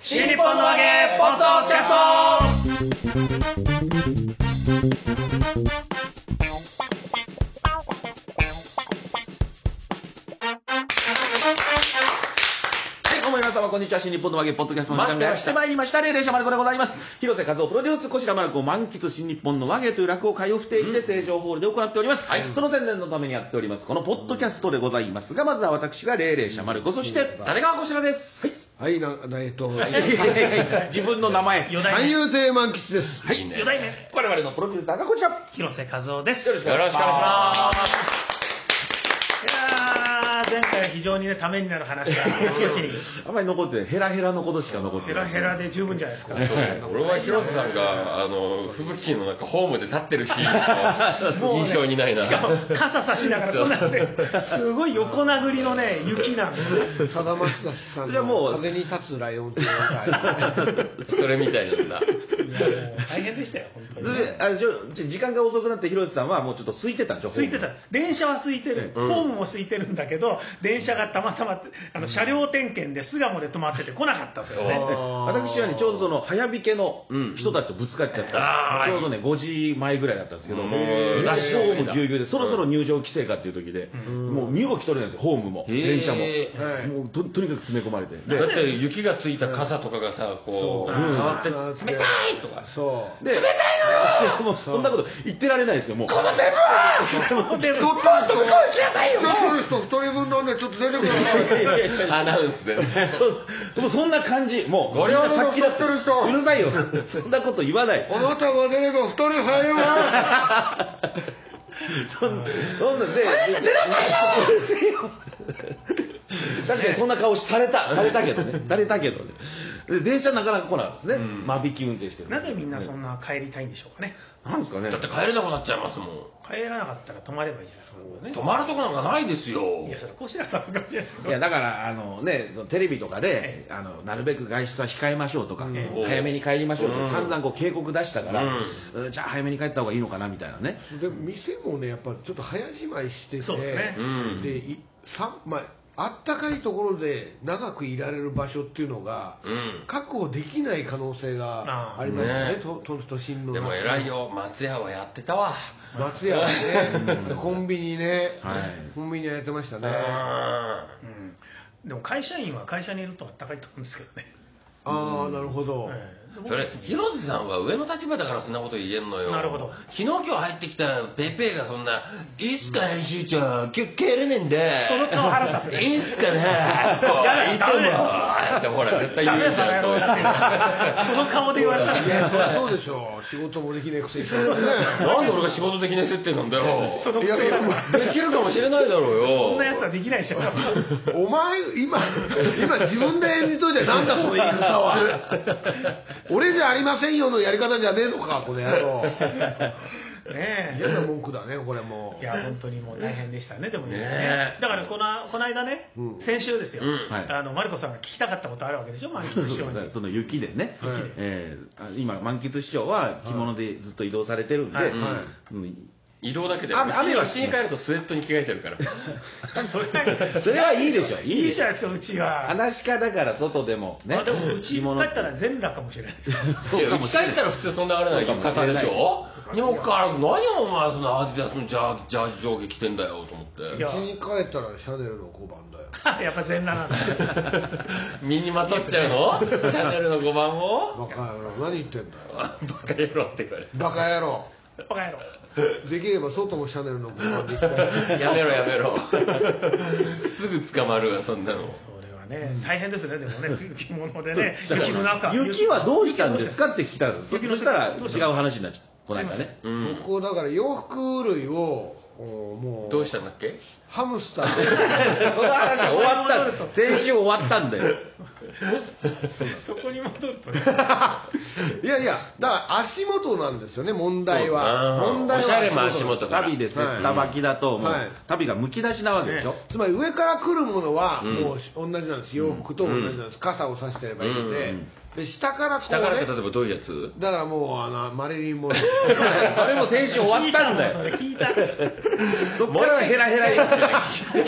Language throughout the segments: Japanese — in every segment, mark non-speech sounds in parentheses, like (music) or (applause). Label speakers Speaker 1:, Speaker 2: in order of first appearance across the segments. Speaker 1: 新日本の揚げポッドキャスト
Speaker 2: はい、どうも皆様、こんにちは。新日本のわけ、ポッドキャストの時間
Speaker 1: 待ってま
Speaker 2: が
Speaker 1: し
Speaker 2: したてまいりました。レイレーシャマルコでございます。広瀬和夫プロデュース、こちらマルコを満喫新日本のわけという落語会を不定期で成城ホールで行っております。
Speaker 1: はい
Speaker 2: その宣伝のためにやっております、このポッドキャストでございますが、まずは私がレイレーシャマルコ、そして、
Speaker 1: 誰がこちらです
Speaker 3: はい、な、なえっと、
Speaker 2: いやいやいや自分の名前、
Speaker 4: 四代
Speaker 3: 三
Speaker 4: 目
Speaker 3: 遊亭満吉です。
Speaker 2: はい、
Speaker 4: 四代目
Speaker 2: 我々のプロデューサーがこちら。よ
Speaker 4: 広瀬和夫です。
Speaker 2: ろしくお願
Speaker 1: よろ
Speaker 2: い
Speaker 1: し
Speaker 2: し
Speaker 1: くお願いし
Speaker 2: ま
Speaker 1: ます
Speaker 4: いやー前回は非常にねためになる話があちこちに
Speaker 2: す。あんまり残ってない、ヘラヘラのことしか残って
Speaker 4: ヘ
Speaker 2: な
Speaker 4: ラ
Speaker 2: い。
Speaker 4: ヘラで十分じゃないですか。
Speaker 1: (laughs) 俺は広瀬さんがあの吹雪の中ホームで立ってるシーン
Speaker 4: もう
Speaker 1: の
Speaker 4: ね
Speaker 1: 印象にないな
Speaker 4: しかも傘さしながらこんなんですごい横殴りのね雪なんですね
Speaker 3: さだまさしさん
Speaker 2: それは
Speaker 3: の
Speaker 2: もう
Speaker 3: 風に立つライオンっていう歌、
Speaker 1: それみたいなん
Speaker 4: いやも
Speaker 1: だ
Speaker 4: う大変でしたよ本当にね。
Speaker 2: であれでしょちょ時間が遅くなって広瀬さんはもうちょっと空いてたんでしょ
Speaker 4: 空いてた電車は空いてる、ホームも空いてるんだけど、電車がたまたまあの車両点検で巣鴨で止まってて来なかったんですよね、
Speaker 2: 私はねちょうどその早引けの人たちとぶつかっちゃった、ちょうどね5時前ぐらいだったんですけど、
Speaker 1: もう
Speaker 2: ラッシュホームぎゅうぎゅう
Speaker 1: う
Speaker 2: でそろそろ入場規制かっていう時で、もう身動き取れないんですよホームも (laughs) 電車も、
Speaker 3: はい
Speaker 2: もうととにかく詰め込まれて
Speaker 1: だっ
Speaker 2: で
Speaker 1: て雪がついた傘とかがさこう
Speaker 3: うん
Speaker 1: 触って
Speaker 3: 触って
Speaker 1: 冷たいとか
Speaker 3: そ
Speaker 2: で冷たいのよ (laughs) もうそんなこと言ってられないですよもう
Speaker 4: ホテル
Speaker 3: う。ちょっと、ちょっと、一人分なんで、ちょっと出てください。
Speaker 1: アナウンスで
Speaker 2: そう (laughs) もうそんな感じもう
Speaker 1: ご両方
Speaker 2: みんなだ
Speaker 1: 乗ってる人
Speaker 2: うるさいよ (laughs) そんなこと言わ
Speaker 3: (laughs)
Speaker 2: ない
Speaker 3: あなたが出れば、二人入れま
Speaker 2: そんそんなんで確かにそんな顔されたされたけどねされたけどねで電車なかなか来なかったですね、間引き運転してる
Speaker 4: なぜみんなそんな帰りたいんでしょうかね、
Speaker 2: なんですかね
Speaker 1: だって帰れなくなっちゃいますもん
Speaker 4: 帰らなかったら泊まればいいじゃないですか、ね、
Speaker 1: 泊まるとこなんかないですよ
Speaker 4: いや、それ、こしらさんがじゃないです
Speaker 2: い
Speaker 4: か。
Speaker 2: やだからあの、ね、そのテレビとかで、あのなるべく外出は控えましょうとか、早めに帰りましょうとか、散々こう警告出したから、うんじゃあ早めに帰った方がいいのかなみたいなね、
Speaker 3: す。で、店もね、やっぱ、ちょっと早じまいしてて。
Speaker 4: そうですね
Speaker 1: うん
Speaker 3: で、い、さん、まあ、あったかいところで、長くいられる場所っていうのが。
Speaker 1: うん
Speaker 3: 確保できない可能性がありますよ
Speaker 1: あー
Speaker 3: ね
Speaker 1: ね、
Speaker 3: とと都心の
Speaker 1: で
Speaker 3: 中。
Speaker 1: も偉いよ松屋はやってたわ
Speaker 3: 松屋はね、コンビニね、
Speaker 2: はい
Speaker 3: コンビニはやってましたね。
Speaker 1: あ
Speaker 4: でも会社員は会社にいるとあったかいと思うんですけどね、
Speaker 3: ああ、なるほど。
Speaker 1: ーそれ広瀬さんは上の立場だからそんなこと言えるのよ
Speaker 4: なるほど
Speaker 1: 昨日今日入ってきたペイペイがそんな「いつか編集長今日帰れねえんだ
Speaker 4: その顔腹立つね
Speaker 1: い
Speaker 4: (laughs)
Speaker 1: つかね (laughs)
Speaker 4: や
Speaker 1: いいと思う」
Speaker 4: ダ
Speaker 1: ってほら絶対
Speaker 4: ダメ
Speaker 1: 言
Speaker 4: だ
Speaker 1: うじゃん
Speaker 4: その野郎だってその顔で言われたら
Speaker 3: いや、そりゃそうでしょう。仕事もできないくせに。
Speaker 1: なんで俺が仕事できない設定なんだよ
Speaker 4: その
Speaker 3: い
Speaker 4: 口調
Speaker 3: やいや
Speaker 4: だから
Speaker 1: できるかもしれないだろうよ
Speaker 4: そんなやつはできないでしょ
Speaker 3: お前、
Speaker 1: (laughs)
Speaker 3: 今、今自分で演じといてなんだその言い草
Speaker 2: (laughs)
Speaker 3: は。俺じゃありませんよのやり方じゃねえのか、この野郎。
Speaker 4: ね
Speaker 3: 嫌な文句だね、これも
Speaker 4: えいや本当にもう大変でしたねでもね
Speaker 1: ねえ
Speaker 4: だからこのこの間ね、先週ですよ、
Speaker 1: うん
Speaker 2: はい
Speaker 4: あのマルコさんが聞きたかったことあるわけでしょマルコ
Speaker 2: そう
Speaker 4: 師
Speaker 2: そ
Speaker 4: 匠
Speaker 2: う
Speaker 4: に
Speaker 2: だからその雪でね、
Speaker 3: はい
Speaker 2: えーあ今、満喫師匠は着物でずっと移動されてるんで、
Speaker 4: はい
Speaker 2: うん
Speaker 1: 移動だけで
Speaker 2: 雨雨は
Speaker 1: うちに帰るとスウェットに着替えてるから
Speaker 4: それはい
Speaker 2: それはいいでしょ、
Speaker 4: い
Speaker 2: いいで
Speaker 4: じ
Speaker 2: しょ、
Speaker 4: ゃないですかうちは、
Speaker 2: 話し家だから外でもね、
Speaker 4: あでもう
Speaker 2: 着
Speaker 4: ち帰
Speaker 2: 物
Speaker 4: ったら全裸かもしれない (laughs) です
Speaker 2: そ
Speaker 1: いうや
Speaker 2: か
Speaker 1: う
Speaker 2: も
Speaker 1: ち
Speaker 2: しれ
Speaker 1: 帰ったら普通そんなあれない家庭でしょにもかかわらず何お前そのアディダスのジャージジャージ上下着てんだよと思っ
Speaker 4: い
Speaker 1: て
Speaker 3: う。
Speaker 4: や
Speaker 3: 家に帰ったらシャネルの5番だよ。
Speaker 4: やっぱ全裸なん
Speaker 2: (laughs)
Speaker 4: だ
Speaker 1: 身にまとっちゃうのシャネルの5番を
Speaker 3: バカ野郎、何言ってんだよ。
Speaker 1: バカ野郎って言われ
Speaker 3: バカ野郎。
Speaker 4: バカ野郎
Speaker 3: できれば外もシャネルの5番で行きたい。
Speaker 1: るやめろやめろすぐ捕まるわそんなの
Speaker 4: それはね、大変ですね、でもね、
Speaker 2: (laughs)
Speaker 4: 着物でね、雪の中。
Speaker 2: 雪はどうしたんですかって聞いたんですそ
Speaker 4: 雪の
Speaker 2: したら違う話になっちゃったこの間ね
Speaker 1: うん
Speaker 3: こうだから洋服類をおもう
Speaker 1: どうしたんだっけ
Speaker 3: ハムスター
Speaker 2: その話が終わったんだ先週終わったんだよ
Speaker 4: そこに戻るとね、
Speaker 3: で (laughs) いやいやだから足元なんですよね問題は
Speaker 1: そう
Speaker 3: 問題は
Speaker 1: おしゃれな足元から
Speaker 2: 旅でセ
Speaker 3: は
Speaker 2: ッ
Speaker 3: い
Speaker 2: タ巻きだともう
Speaker 3: はい
Speaker 2: 旅がむき出しなわけでしょ
Speaker 3: つまり上から来るものはもうし同じなんです洋服と同じなんです傘を差してればいいのでで下からこう
Speaker 1: 下からって
Speaker 3: ね
Speaker 1: 例えばどういうやつ
Speaker 3: だからもうあのマリリン・モン (laughs) ロー
Speaker 2: それも先 (laughs) 週終わったんだ
Speaker 4: そ
Speaker 2: よ
Speaker 4: れ聞いた。
Speaker 2: そっからヘラヘラ
Speaker 3: シャ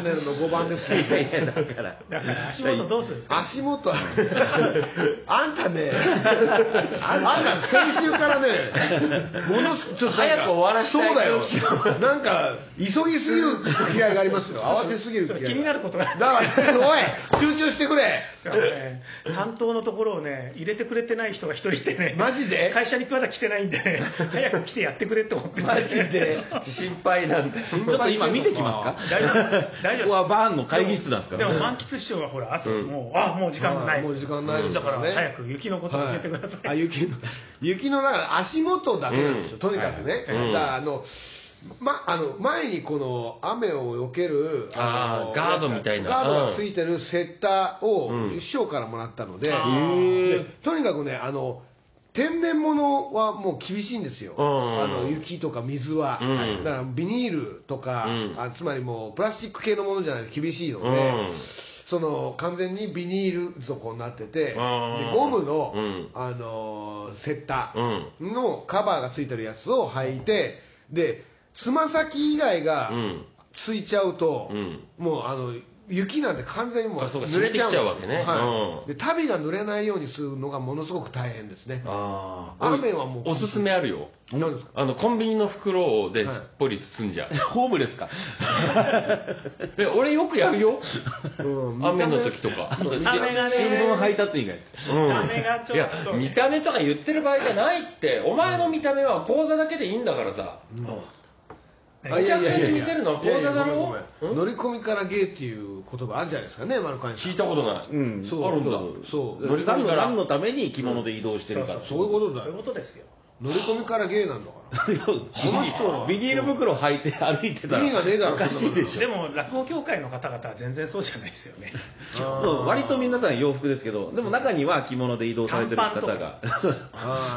Speaker 3: ネルの5番ですよ
Speaker 2: いやいやだから
Speaker 4: だ
Speaker 2: (laughs)
Speaker 4: から足元どうするんですか
Speaker 3: 足元 (laughs) あんたねあんた先週からねものすちょっとなんか
Speaker 1: 早く終わらせたい
Speaker 3: そうだよなんか急ぎすぎる気合がありますよ慌てすぎる気合が
Speaker 4: 気になることが
Speaker 3: だからおい集中してくれ
Speaker 4: ね担当のところをね入れてくれてない人が一人いてね
Speaker 3: マジで
Speaker 4: 会社にまだ来てないんでね早く来てやってくれって思ってマ
Speaker 3: ジで
Speaker 1: 心配なんだよ。
Speaker 2: ちょっと今見てきますか
Speaker 4: 大丈夫大丈
Speaker 2: ここは
Speaker 4: 夫
Speaker 2: バーンの会議室なんです
Speaker 4: で
Speaker 2: か
Speaker 4: す
Speaker 2: ら
Speaker 4: でも満喫師匠はほらあともう、あもう時間ない
Speaker 3: もう時間ないです
Speaker 4: だから
Speaker 3: ね
Speaker 4: 早く雪のことを教えてください、
Speaker 3: はいあ雪の雪のだから足元だけなんですよ、
Speaker 1: うん
Speaker 3: とにかくね、
Speaker 1: はい
Speaker 3: だからあのま、あの前にこの雨を避ける
Speaker 1: あ
Speaker 3: の
Speaker 1: ーガードみたいな
Speaker 3: ガードがついてるセッターを
Speaker 1: うん
Speaker 3: 師匠からもらったので,で、
Speaker 4: あ
Speaker 1: ー
Speaker 3: とにかくねあの天然物はもう厳しいんですよ、
Speaker 1: うん
Speaker 3: あの雪とか水は、
Speaker 1: うん
Speaker 3: だからビニールとか、
Speaker 1: うん
Speaker 3: あつまりもうプラスチック系のものじゃないと厳しいので、
Speaker 1: うん
Speaker 3: その完全にビニール底になってて、で
Speaker 1: うん
Speaker 3: ゴムの、
Speaker 1: うん
Speaker 3: あのーセッタ
Speaker 1: う
Speaker 3: ー
Speaker 1: ん
Speaker 3: のカバーがついてるやつを履いて、でつま先以外が
Speaker 1: うん
Speaker 3: ついちゃうと、
Speaker 1: うん
Speaker 3: もうあの雪なんて完全にもう
Speaker 1: あそうか
Speaker 3: 濡れちゃう
Speaker 1: 湿ってきちゃうわけね
Speaker 3: はい
Speaker 1: うん
Speaker 3: で足袋が濡れないようにするのがものすごく大変ですね
Speaker 1: あー
Speaker 3: 雨はもう
Speaker 1: おすすめあるよ
Speaker 3: 何ですか
Speaker 1: あのコンビニの袋で
Speaker 3: はい
Speaker 1: すっぽり包んじゃう、
Speaker 2: ホームレスか
Speaker 1: え俺よくやるよ
Speaker 3: うん
Speaker 1: 雨の時とか
Speaker 2: 新
Speaker 4: 見た目がね
Speaker 2: 聞配達員がやって
Speaker 1: うん
Speaker 4: ダメがち
Speaker 1: い
Speaker 4: ょ
Speaker 1: や
Speaker 4: っと
Speaker 1: 見た目とか言ってる場合じゃないってお前の見た目は口座だけでいいんだからさ
Speaker 3: あ
Speaker 1: お客さんに見せるのは口座だ
Speaker 3: いや
Speaker 1: ろ
Speaker 3: いやごめんごめん乗り込みからゲーっていう言葉あるじゃないですかね丸川さん
Speaker 1: 聞いたことない、
Speaker 2: うん
Speaker 3: そう
Speaker 1: あるんだ
Speaker 3: そう
Speaker 1: 乗り込
Speaker 2: 何
Speaker 1: み
Speaker 2: の
Speaker 1: から
Speaker 2: 何のために着物で移動してるか
Speaker 3: そういうことだ
Speaker 4: そういう
Speaker 3: よ
Speaker 4: ことですよ
Speaker 3: 乗り込みからゲーなんだか
Speaker 2: ビニールビニール袋履いて歩いてた
Speaker 3: ら
Speaker 2: ら
Speaker 3: 意味がねえだろ
Speaker 2: おかし
Speaker 3: (laughs)
Speaker 2: いでし
Speaker 4: でも落語協会の方々は全然そうじゃないですよね
Speaker 2: ょうん割と皆さん洋服ですけどでも中には着物で移動されてる方
Speaker 4: 短
Speaker 2: が
Speaker 4: パ
Speaker 3: あ
Speaker 2: そう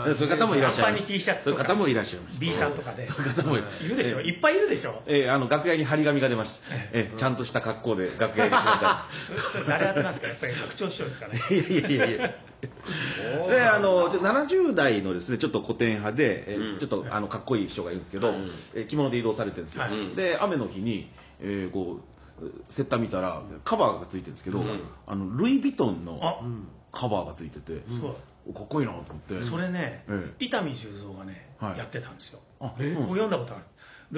Speaker 3: ー
Speaker 2: いう方もいらっしゃいま
Speaker 4: 短パンに T シ
Speaker 2: す
Speaker 4: ャツ
Speaker 2: そう
Speaker 4: と
Speaker 2: いう
Speaker 4: か
Speaker 2: 方もいらっしゃいます
Speaker 4: B さんとかで
Speaker 2: 方もいる
Speaker 4: いるでしょいっぱいいるでしょ
Speaker 2: えーあの楽屋に張り紙が出ました、えーちゃんとした格好で楽屋に来てくださ
Speaker 4: それそれ誰当てなんですかやっぱり白鳥師匠です
Speaker 2: (laughs)
Speaker 4: かね
Speaker 2: いいやいやいやいやであので70代のですねちょっと古典派で、えー
Speaker 1: うん
Speaker 2: ちょっとあのかっこいい人がいるんですけど、えー着物で移動されてるんですよ、
Speaker 4: はい
Speaker 2: で雨の日に、えーこうセッター見たらカバーがついてるんですけど、あのルイ・ヴィトン
Speaker 4: あ
Speaker 2: のカバーがついてて、
Speaker 4: そう
Speaker 2: かっこいいなと思って
Speaker 4: それね、
Speaker 2: え
Speaker 4: 伊丹十三がね、
Speaker 2: はい
Speaker 4: やってたんですよ、
Speaker 2: あ
Speaker 4: え
Speaker 2: うん
Speaker 4: もう読んだことある、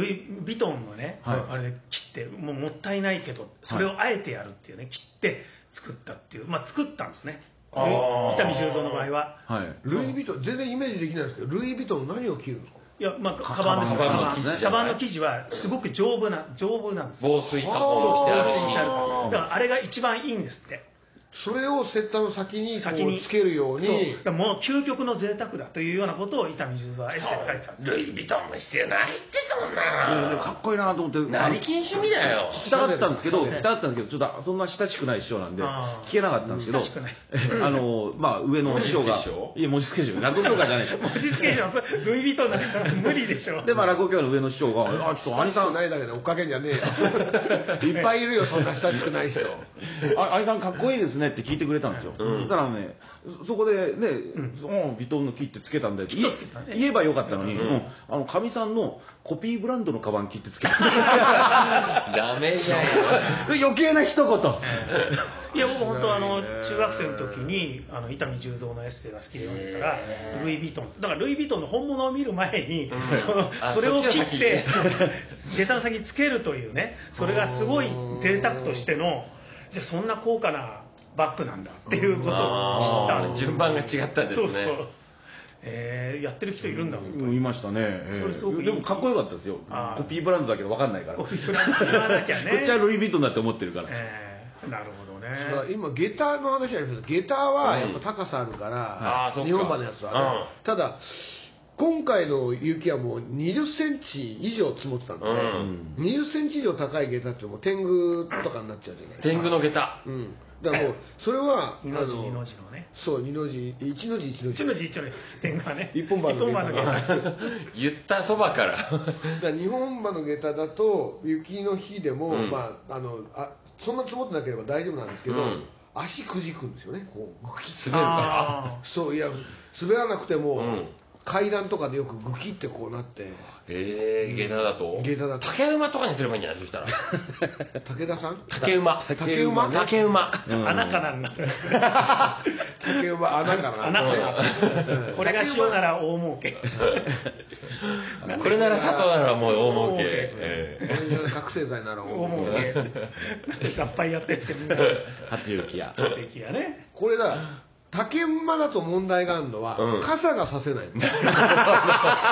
Speaker 4: ルイ・ヴィトンのね、
Speaker 2: はい
Speaker 4: あれ切って、もうもったいないけど、それをあえてやるっていうね、切って作ったっていう、まあ、作ったんですね、
Speaker 1: あー
Speaker 4: 伊丹十三の場合は、
Speaker 2: はい
Speaker 3: ルイ・ヴィトン全然イメージできないんですけどルイ・ヴィトンの何を着るんですか
Speaker 4: いや、まあ、カバンですよ、
Speaker 2: カ
Speaker 4: カ
Speaker 2: バンカバ
Speaker 4: バン
Speaker 2: ンですね
Speaker 4: カバンの生地はすごく丈夫な、丈夫なんですよ。
Speaker 1: 防水加工もしてある
Speaker 4: 防水になるから
Speaker 1: し
Speaker 4: だからあれが一番いいんですって、
Speaker 3: それをセッターの先にこ
Speaker 4: 先
Speaker 3: う
Speaker 4: に
Speaker 3: つけるよう
Speaker 4: そう
Speaker 3: に
Speaker 4: だからもう究極の贅沢だというようなことを伊丹十三はエッセイに書いてたんですよ
Speaker 1: ルイ・ヴィトンの必要ないってそん
Speaker 2: いやで
Speaker 1: なの
Speaker 2: もかっこいいなと思って
Speaker 1: 成金趣味だよ
Speaker 2: 聞きたかったんですけど、聞きたかったんですけど、ちょっとそんな親しくない師匠なんで、
Speaker 4: あー
Speaker 2: 聞けなかったんですけど、
Speaker 4: うん親しくな
Speaker 2: (laughs)
Speaker 4: い
Speaker 2: あの、まあ、上の師匠
Speaker 1: 文
Speaker 2: が
Speaker 1: 字付け師匠、
Speaker 2: いや、文字付け師匠、落語協会じゃないですよ。
Speaker 4: 文字付け師匠、ルイ・ヴィトンなんか無理でしょ。
Speaker 2: で、まあ、落語協会の上の師匠が、あ、ちょっと兄
Speaker 3: 兄
Speaker 2: さ
Speaker 3: さん
Speaker 2: ん、あ
Speaker 3: ないだけで追っかけんじゃねえよいっぱいいるよそんな親しくない人
Speaker 2: 兄さんかっこいいですねって聞いてくれたんですよ。だからね、そそこでね、そうん、ビトンの木ってつけたんだよ
Speaker 4: っとつけたね
Speaker 2: 言えばよかったのに、うんあの、かみさんのコピーブランドのカバン切ってつけた。
Speaker 1: ダメじゃんよ
Speaker 2: (laughs) 余計な一言。
Speaker 4: いや僕本当あの中学生の時にあの伊丹十三のエッセイが好きで読んでたらルイ・ヴィトンだからルイ・ヴィトンの本物を見る前にその
Speaker 1: あ
Speaker 4: それを
Speaker 1: そっ
Speaker 4: 切
Speaker 1: ちを
Speaker 4: っ
Speaker 1: 先
Speaker 4: て下駄の先につけるというねそれがすごい贅沢としてのじゃあそんな高価なバッグなんだっていうことを知った
Speaker 1: あ
Speaker 4: ん
Speaker 1: ー
Speaker 4: です
Speaker 1: 順番が違ったんです
Speaker 4: そ
Speaker 1: ね
Speaker 4: うそうえーやってる人いるんだ本当
Speaker 2: うんいましたね、え
Speaker 4: それすごく
Speaker 2: え
Speaker 4: いい
Speaker 2: でもかっこよかったですよ
Speaker 4: あー
Speaker 2: コピーブランドだけど分かんないから
Speaker 4: こういうふうに言わなきゃね
Speaker 2: こっちはルイ・ヴィトンだって思ってるから。
Speaker 4: えーなるほどね
Speaker 3: それは今下駄の話ありますけど下駄はやっぱ高さあるから、
Speaker 1: あーそっか
Speaker 3: 日本馬のやつはね、
Speaker 1: うん
Speaker 3: ただ今回の雪はもう2 0センチ以上積もってたんで、
Speaker 1: うん
Speaker 3: 2 0センチ以上高い下駄ってもう天狗とかになっちゃうじゃないですか、
Speaker 1: 天狗の下駄
Speaker 3: うん、だからもうそれは
Speaker 4: 二の字二の字のね
Speaker 3: そう二の字一の字一の字
Speaker 4: 一の字一の字点がね
Speaker 3: 一本番の
Speaker 4: 一の
Speaker 3: 原
Speaker 4: 原
Speaker 1: 言ったそばから
Speaker 3: だから日本馬の下駄だと雪の日でも、
Speaker 1: うん
Speaker 3: まあ、あのあそんな積もってなければ大丈夫なんですけど、
Speaker 1: うん
Speaker 3: 足くじくんですよねこうグキッ
Speaker 1: 滑るから
Speaker 4: あ
Speaker 3: そういや滑らなくても、
Speaker 1: うん
Speaker 3: 階段とかでよくグキってこうなって
Speaker 1: ええ下駄だと
Speaker 3: 下駄だと
Speaker 1: 竹馬とかにすればいいんじゃないそしたら
Speaker 3: 武田さん
Speaker 1: 竹馬
Speaker 3: 竹馬ね
Speaker 1: 竹馬
Speaker 4: 穴から
Speaker 3: (laughs)
Speaker 4: になる。
Speaker 3: 竹馬穴から
Speaker 4: (laughs) 穴からなる。これが塩なら大儲け。
Speaker 1: これなら佐藤ならもう大儲け
Speaker 4: 大儲け
Speaker 1: ええ
Speaker 3: (laughs) 覚醒剤なら
Speaker 4: 大儲け。雑把にやってるけど、
Speaker 2: 初雪や。
Speaker 4: 素敵や
Speaker 3: (laughs)
Speaker 4: ね。
Speaker 3: これだ竹馬だと問題があるのは、
Speaker 1: うん
Speaker 3: 傘がさせない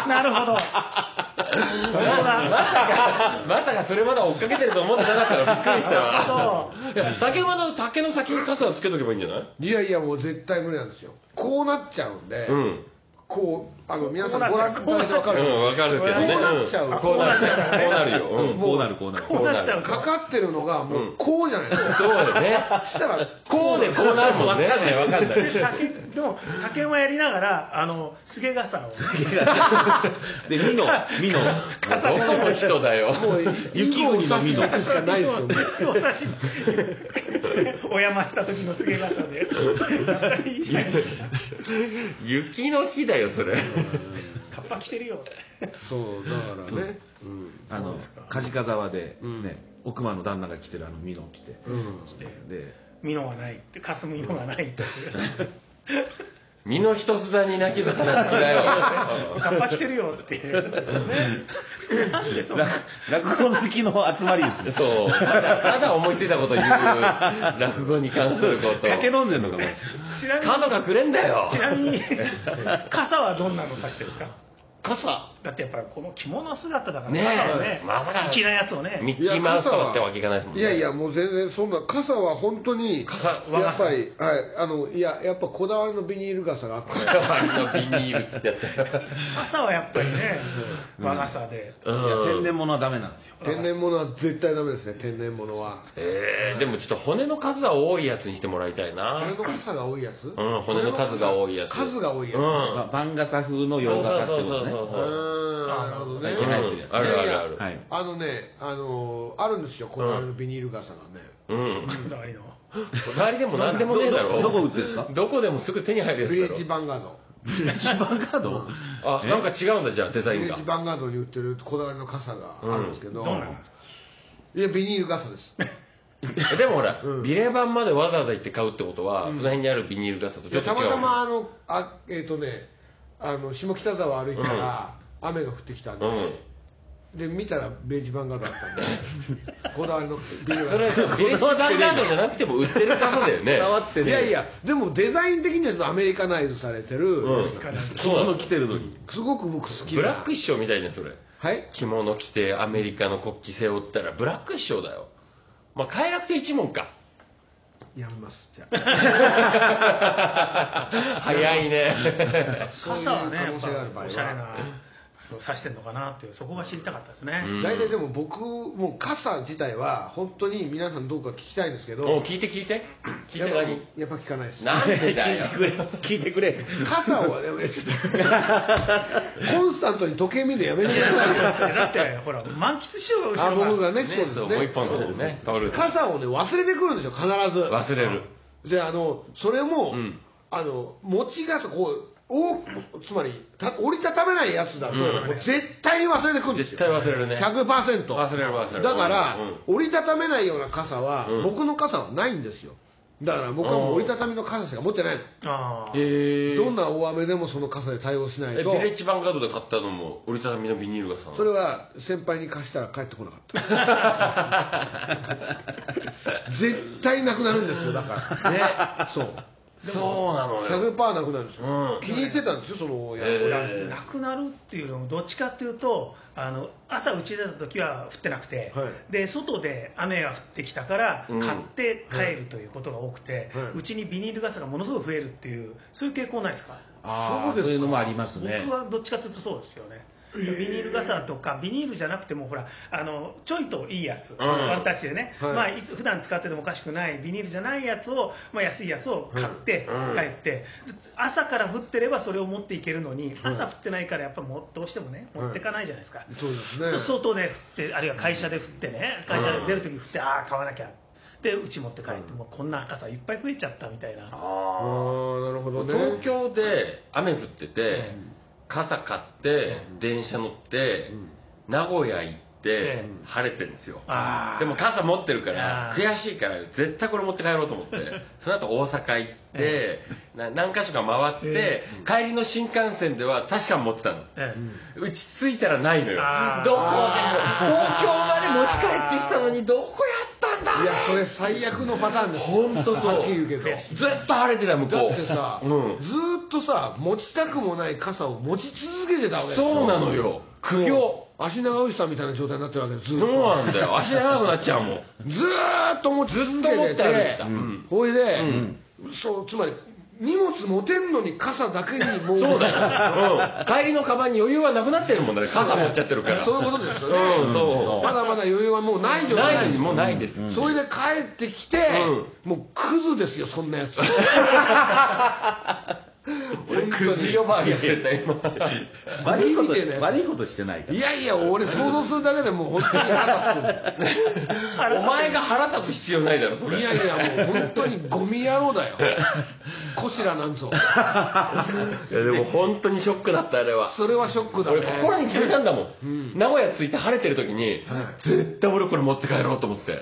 Speaker 4: なるほど。そう
Speaker 1: ま
Speaker 4: だ。
Speaker 1: さか (laughs) まさかそれまだ追っかけてると思ってなかったからびっくりしたわいや竹馬の竹の先に傘をつけとけばいいんじゃない
Speaker 3: いやいやもう絶対無理なんですよこうなっちゃうんで、
Speaker 1: うん
Speaker 3: こうあの皆さ
Speaker 4: こ
Speaker 3: んご
Speaker 4: うな
Speaker 3: 覧
Speaker 4: っちゃう
Speaker 3: いただいて分かる、
Speaker 1: うん、わかるけどね。
Speaker 3: こうなっちゃうん
Speaker 1: こうなる。こうなるよ。う
Speaker 2: うん
Speaker 1: ん。
Speaker 2: こうなるこうなる。
Speaker 4: こうなっちゃうと。
Speaker 3: かかってるのがもうこうじゃないですか、
Speaker 1: そうだよね。
Speaker 3: したら
Speaker 1: こうでこうなるもんね。わかんない、わかんな
Speaker 4: で竹でも竹馬やりながらあの菅傘を
Speaker 2: で、ミノ、ミ
Speaker 4: (laughs)
Speaker 2: ノ。
Speaker 4: 傘
Speaker 1: どこの人だよ。
Speaker 2: 雪国のミノ。
Speaker 3: こうしかないですよね
Speaker 4: お刺身お山した時の菅傘でいいじゃない
Speaker 1: 雪の日だよ、それ。
Speaker 4: カッパ着てるよ
Speaker 3: そうだからね、
Speaker 2: あの、梶賀沢で、ね、奥間の旦那が着てるあのミノを着て。で、
Speaker 4: 美濃はないって霞みのがないって
Speaker 1: 身の一つ座に泣きざくなしだよ。
Speaker 4: カッパ着てるよっ
Speaker 2: (laughs)
Speaker 4: ていうやつですよねなんでそんな
Speaker 2: 落語好きの集まり
Speaker 1: (laughs)
Speaker 2: ですね。
Speaker 1: そう。ただ、ただ思いついたこと言う。落語に関す
Speaker 2: (laughs)
Speaker 1: ること。
Speaker 2: 酒飲んでんのか、もう
Speaker 4: ちなみに
Speaker 1: 角がくれんだよ
Speaker 4: ち。なみに傘はどんなの差してるんですか
Speaker 3: 傘
Speaker 4: だってやっぱりこの着物姿だから
Speaker 1: ねえ
Speaker 4: 傘はね
Speaker 1: まさか
Speaker 4: 粋なやつをね
Speaker 1: ミッキーマウスとかってわけいかないですもん
Speaker 3: い
Speaker 1: ね。
Speaker 3: やいやもう全然そんな傘は本当に
Speaker 1: 傘和
Speaker 3: やっぱりはいあのいややっぱこだわりのビニール傘があって
Speaker 1: あのビニールっつってやって。
Speaker 4: 傘はやっぱりね和傘で
Speaker 2: いや天然物はダメなんですよ。
Speaker 3: 天然物は絶対ダメですね天然物は
Speaker 1: えーでもちょっと骨の数が多いやつにしてもらいたいな。
Speaker 3: 骨の傘が多いやつ
Speaker 1: うん、骨の数が多いやつ。
Speaker 3: 数が多いやつ
Speaker 1: うん。
Speaker 2: ば番型風の
Speaker 1: そ
Speaker 2: 洋
Speaker 1: うそう
Speaker 2: 型っ
Speaker 1: そう
Speaker 2: てこ
Speaker 1: そう
Speaker 2: とね。
Speaker 1: そ
Speaker 3: うーん
Speaker 1: う。
Speaker 3: なるほどね
Speaker 2: 最近流行って
Speaker 1: う
Speaker 2: るや
Speaker 1: ん
Speaker 2: つ
Speaker 1: あるあるあ
Speaker 3: い
Speaker 1: る。
Speaker 3: やい
Speaker 2: はい
Speaker 3: やあのねあのあるんですよこだわりのビニール傘がね
Speaker 1: うん。
Speaker 4: こだわりの
Speaker 1: こだわりでも何でもねえだろ。
Speaker 2: どどこ売ってんすか
Speaker 1: どこでもすぐ手に入るや
Speaker 3: ビレ
Speaker 1: つ
Speaker 3: ッジ
Speaker 1: だ
Speaker 3: ヴ
Speaker 1: ろ。
Speaker 3: ァンガード
Speaker 2: ビレッジヴァンガード
Speaker 1: あ、なんか違うんだじゃあ、デザ
Speaker 3: ビ
Speaker 1: イン
Speaker 3: レッ
Speaker 1: が
Speaker 3: ジ。ヴァンガードに売ってるこだわりの傘があるんですけ
Speaker 4: ど
Speaker 3: ど、
Speaker 4: うなんですか
Speaker 3: いやビニール傘
Speaker 1: (laughs)
Speaker 3: です
Speaker 1: でもほら、ビレ版までわざわざ行って買うってことは、その辺にあるビニール傘とちょっと
Speaker 3: たま
Speaker 1: 違う。
Speaker 3: たまあのあえっ、とねあの下北沢歩いたら、雨が降ってきたんで、
Speaker 1: うん。
Speaker 3: で見たらベージュ版があったんで
Speaker 1: (laughs)
Speaker 3: こだわりのビニール
Speaker 1: それ、ビレッジバンガードじゃなくても売ってる傘だよね。
Speaker 2: 伝わって
Speaker 3: い
Speaker 2: ね。
Speaker 3: やいやでもデザイン的にはアメリカナイズされてる、
Speaker 1: うん。
Speaker 2: 着
Speaker 1: そうな
Speaker 2: 物
Speaker 1: の。
Speaker 2: 着てるのに。
Speaker 3: すごく僕好きな
Speaker 1: ブラック衣装みたいじゃん、それ。
Speaker 3: はい
Speaker 1: 着物着てアメリカの国旗背負ったらブラック衣装だよまあ快楽亭一門 (laughs) か
Speaker 3: やめますじゃあ
Speaker 1: 早いね
Speaker 3: そういう
Speaker 4: 傘はね
Speaker 3: 可
Speaker 4: や
Speaker 3: 能
Speaker 4: っ
Speaker 3: 性がある場
Speaker 4: ぱ
Speaker 3: 合
Speaker 4: おしゃれ
Speaker 3: は
Speaker 4: なのを指してんのかなっていうそこが知りたかったですね、
Speaker 1: ん
Speaker 3: 大体でも僕もう傘自体は本当に皆さんどうか聞きたいんですけ
Speaker 1: お
Speaker 3: ど
Speaker 1: う聞いて聞いて聞
Speaker 3: や
Speaker 1: い
Speaker 3: ってぱ
Speaker 1: 何
Speaker 3: やっぱ聞かないです
Speaker 1: なんでだ (laughs) よ
Speaker 2: 聞いてくれ。
Speaker 3: 傘をねちょっとコンスタントに時計見るのやめて
Speaker 1: (laughs)
Speaker 3: ください
Speaker 4: (laughs)
Speaker 3: よ
Speaker 4: だってほら満喫しようが後
Speaker 3: あ
Speaker 4: ろから
Speaker 3: 僕がね
Speaker 1: ね
Speaker 3: そうです
Speaker 1: そう
Speaker 3: ね
Speaker 1: もう一本取るね取る
Speaker 3: 傘をね忘れてくるんですよ必ず
Speaker 1: 忘れる
Speaker 3: であのそれも、
Speaker 1: うん
Speaker 3: あの持ち傘こうおつまりた折りたためないやつだと、もう絶対に忘れてくるんです
Speaker 1: 絶
Speaker 3: よ
Speaker 1: 対忘れるね
Speaker 3: 100%
Speaker 1: 忘れる忘れる
Speaker 3: だから、
Speaker 1: うん
Speaker 3: 折りたためないような傘は、
Speaker 1: うん
Speaker 3: 僕の傘はないんですよだから僕はもう折りたたみの傘しか持ってないの、
Speaker 4: ああ
Speaker 1: へえ
Speaker 3: どんな大雨でもその傘で対応しない
Speaker 1: ビレ
Speaker 3: と
Speaker 1: ッジヴァンガードで買ったのも折りたたみのビニール傘
Speaker 3: それは先輩に貸したら帰ってこなかった
Speaker 1: (laughs)
Speaker 3: 絶対なくなるんですよだからねそう
Speaker 1: そうなのよ
Speaker 3: 100%なくなるんですよ、
Speaker 1: うん
Speaker 3: 気に入ってたんですよその親、
Speaker 1: え
Speaker 4: ななくなるっていうのもどっちかっていうとあの朝うち出た時は降ってなくて、
Speaker 3: は
Speaker 4: で外で雨が降ってきたから
Speaker 1: うん
Speaker 4: 買って帰るということが多くて、
Speaker 3: はいう
Speaker 4: ちにビニール傘がものすごく増えるっていうそういう傾向ないですか
Speaker 2: ああ、
Speaker 3: そうですか
Speaker 2: そういうのもありますね
Speaker 4: 僕。はどっちかというとそうですよね、ビニール傘とかビニールじゃなくてもほらあのちょいといいやつ、ワンタッチでね、
Speaker 3: はい
Speaker 4: まあ、いつ普段使っててもおかしくないビニールじゃないやつを、まあ、安いやつを買って
Speaker 1: うん
Speaker 4: 帰って、朝から降ってればそれを持っていけるのに、朝降ってないからやっぱもうどうしてもね持っていかないじゃないですか、
Speaker 3: そうですね
Speaker 4: 外で降ってあるいは会社で降ってね会社で出るとき降って、ああ買わなきゃでうち持って帰って、もうこんな傘いっぱい増えちゃったみたいな。
Speaker 1: あ
Speaker 3: あ
Speaker 1: あ
Speaker 3: あなるほどね
Speaker 1: 東京で雨降ってて、傘買って、電車乗って、名古屋行って
Speaker 4: ええ、
Speaker 1: 晴れてるんですよ。
Speaker 4: あー
Speaker 1: でも傘持ってるから、
Speaker 4: あー
Speaker 1: 悔しいから、絶対これ持って帰ろうと思
Speaker 3: (laughs)
Speaker 1: って、その後大阪行って、な何箇所か回って
Speaker 4: え、
Speaker 1: 帰りの新幹線では確かに持ってたの。
Speaker 4: ええ
Speaker 1: うち着いたらないのよ。
Speaker 4: あー
Speaker 1: どこでも、東京まで持ち帰ってきたのに、どこやったんだ
Speaker 3: いやそれ最悪のパターンです
Speaker 1: 本当そ
Speaker 3: は
Speaker 1: う
Speaker 3: っきり言うけどだ
Speaker 4: 悔
Speaker 3: っ
Speaker 4: し
Speaker 1: 絶対晴れてた向こう
Speaker 3: てさ、
Speaker 1: うん、
Speaker 3: ずーっとさ持ちたくもない傘を持ち続けてたわけだよ
Speaker 1: そうなのよ苦行
Speaker 3: 足長牛さんみたいな状態になってるわけですずーっ
Speaker 1: そう
Speaker 3: と
Speaker 1: なんだよ足長くなっちゃうもん
Speaker 3: ずーっと持ち続けて
Speaker 1: ずっと持って歩いてた
Speaker 3: う
Speaker 1: うん
Speaker 3: んほいで、そうつまり荷物持てんのに傘だけにもう
Speaker 1: そうだよ、うん、帰りのカバンに余裕はなくなってるもんだね傘持っちゃってるから
Speaker 3: そういうことですよね、
Speaker 1: うんそ
Speaker 3: まだまだ余裕はもうない状
Speaker 1: うな
Speaker 3: 態
Speaker 1: いもうないです、
Speaker 3: それで帰ってきて、もうクズですよそんな
Speaker 1: (laughs)
Speaker 3: やつ
Speaker 1: 俺クズ呼ばわりやってた今
Speaker 2: 悪いこ
Speaker 3: 見てね
Speaker 2: と悪いことしてないか
Speaker 3: いやいや俺想像するだけでもう本当に腹立
Speaker 4: あれ
Speaker 1: お前が腹立つ必要ないだろそ
Speaker 3: つ
Speaker 1: れ
Speaker 3: いやいやもう本当にゴミ野郎だよこしらなんぞ
Speaker 1: いやでも本当にショックだったあれは
Speaker 3: それはショックだね
Speaker 1: 俺心に決めたんだもん、名古屋着いて晴れてる時に、絶対俺これ持って帰ろうと思って、
Speaker 3: はい